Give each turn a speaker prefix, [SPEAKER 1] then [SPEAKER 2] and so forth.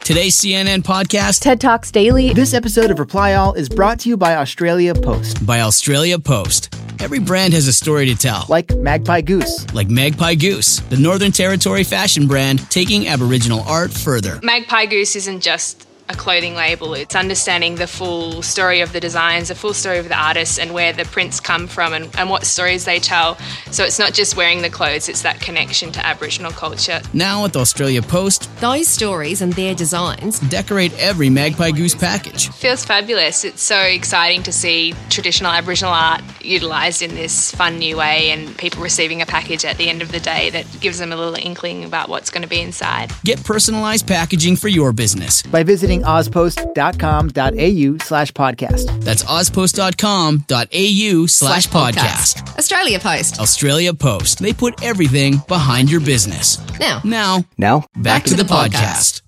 [SPEAKER 1] Today's CNN podcast
[SPEAKER 2] TED Talks Daily.
[SPEAKER 3] This episode of Reply All is brought to you by Australia Post,
[SPEAKER 1] by Australia Post. Every brand has a story to tell.
[SPEAKER 3] like Magpie Goose.
[SPEAKER 1] Like Magpie Goose, the Northern Territory fashion brand taking Aboriginal art further.
[SPEAKER 4] Magpie Goose isn't just a clothing label, it's understanding the full story of the designs, the full story of the artists, and where the prints come from and, and what stories they tell. So it's not just wearing the clothes, it's that connection to Aboriginal culture.
[SPEAKER 1] Now with Australia Post,
[SPEAKER 5] Those stories and their designs
[SPEAKER 1] decorate every Magpie Goose package.
[SPEAKER 4] feels fabulous. It's so exciting to see traditional Aboriginal art utilised in this fun new way and people receiving a package at the end of the day that gives them a little inkling about what's going to be inside.
[SPEAKER 1] Get personalized packaging for your business.
[SPEAKER 3] By visiting ozpost.com.au slash podcast.
[SPEAKER 1] That's ozpost.com.au slash podcast.
[SPEAKER 5] Australia Post.
[SPEAKER 1] Australia Post. They put everything behind your business.
[SPEAKER 5] Now,
[SPEAKER 1] Now,
[SPEAKER 3] Now,
[SPEAKER 1] back, to, the, podcast.